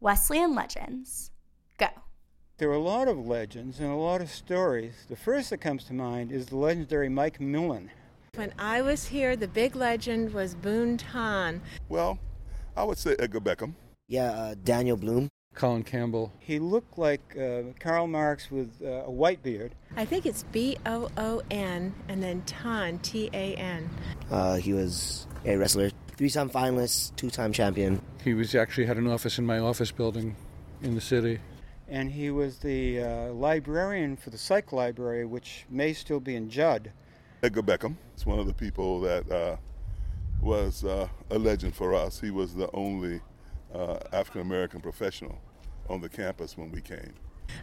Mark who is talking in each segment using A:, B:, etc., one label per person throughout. A: Wesleyan legends. Go.
B: There are a lot of legends and a lot of stories. The first that comes to mind is the legendary Mike Millen.
C: When I was here, the big legend was Boone Ton.
D: Well, I would say Edgar Beckham.
E: Yeah, uh, Daniel Bloom.
F: Colin Campbell.
B: He looked like uh, Karl Marx with uh, a white beard.
C: I think it's B O O N and then Ton, T A N.
E: Uh, he was a wrestler, three-time finalist, two-time champion.
F: He was actually had an office in my office building in the city.
B: And he was the uh, librarian for the psych library, which may still be in Judd.
D: Edgar Beckham is one of the people that uh, was uh, a legend for us. He was the only uh, African American professional on the campus when we came.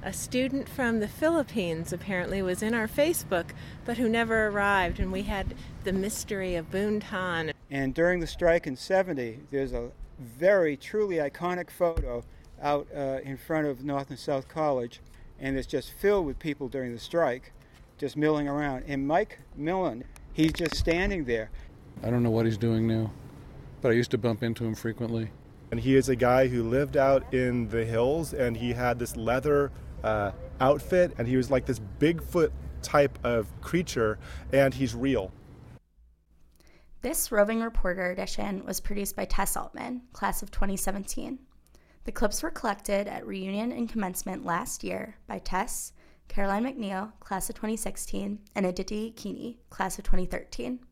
C: A student from the Philippines apparently was in our Facebook, but who never arrived, and we had the mystery of Boone Ton.
B: And during the strike in 70, there's a very truly iconic photo out uh, in front of North and South College, and it's just filled with people during the strike, just milling around. And Mike Millen, he's just standing there.
F: I don't know what he's doing now, but I used to bump into him frequently.
G: And he is a guy who lived out in the hills and he had this leather uh, outfit and he was like this Bigfoot type of creature and he's real.
A: This roving reporter edition was produced by Tess Altman, class of 2017. The clips were collected at reunion and commencement last year by Tess, Caroline McNeil, class of 2016, and Aditi Keeney, class of 2013.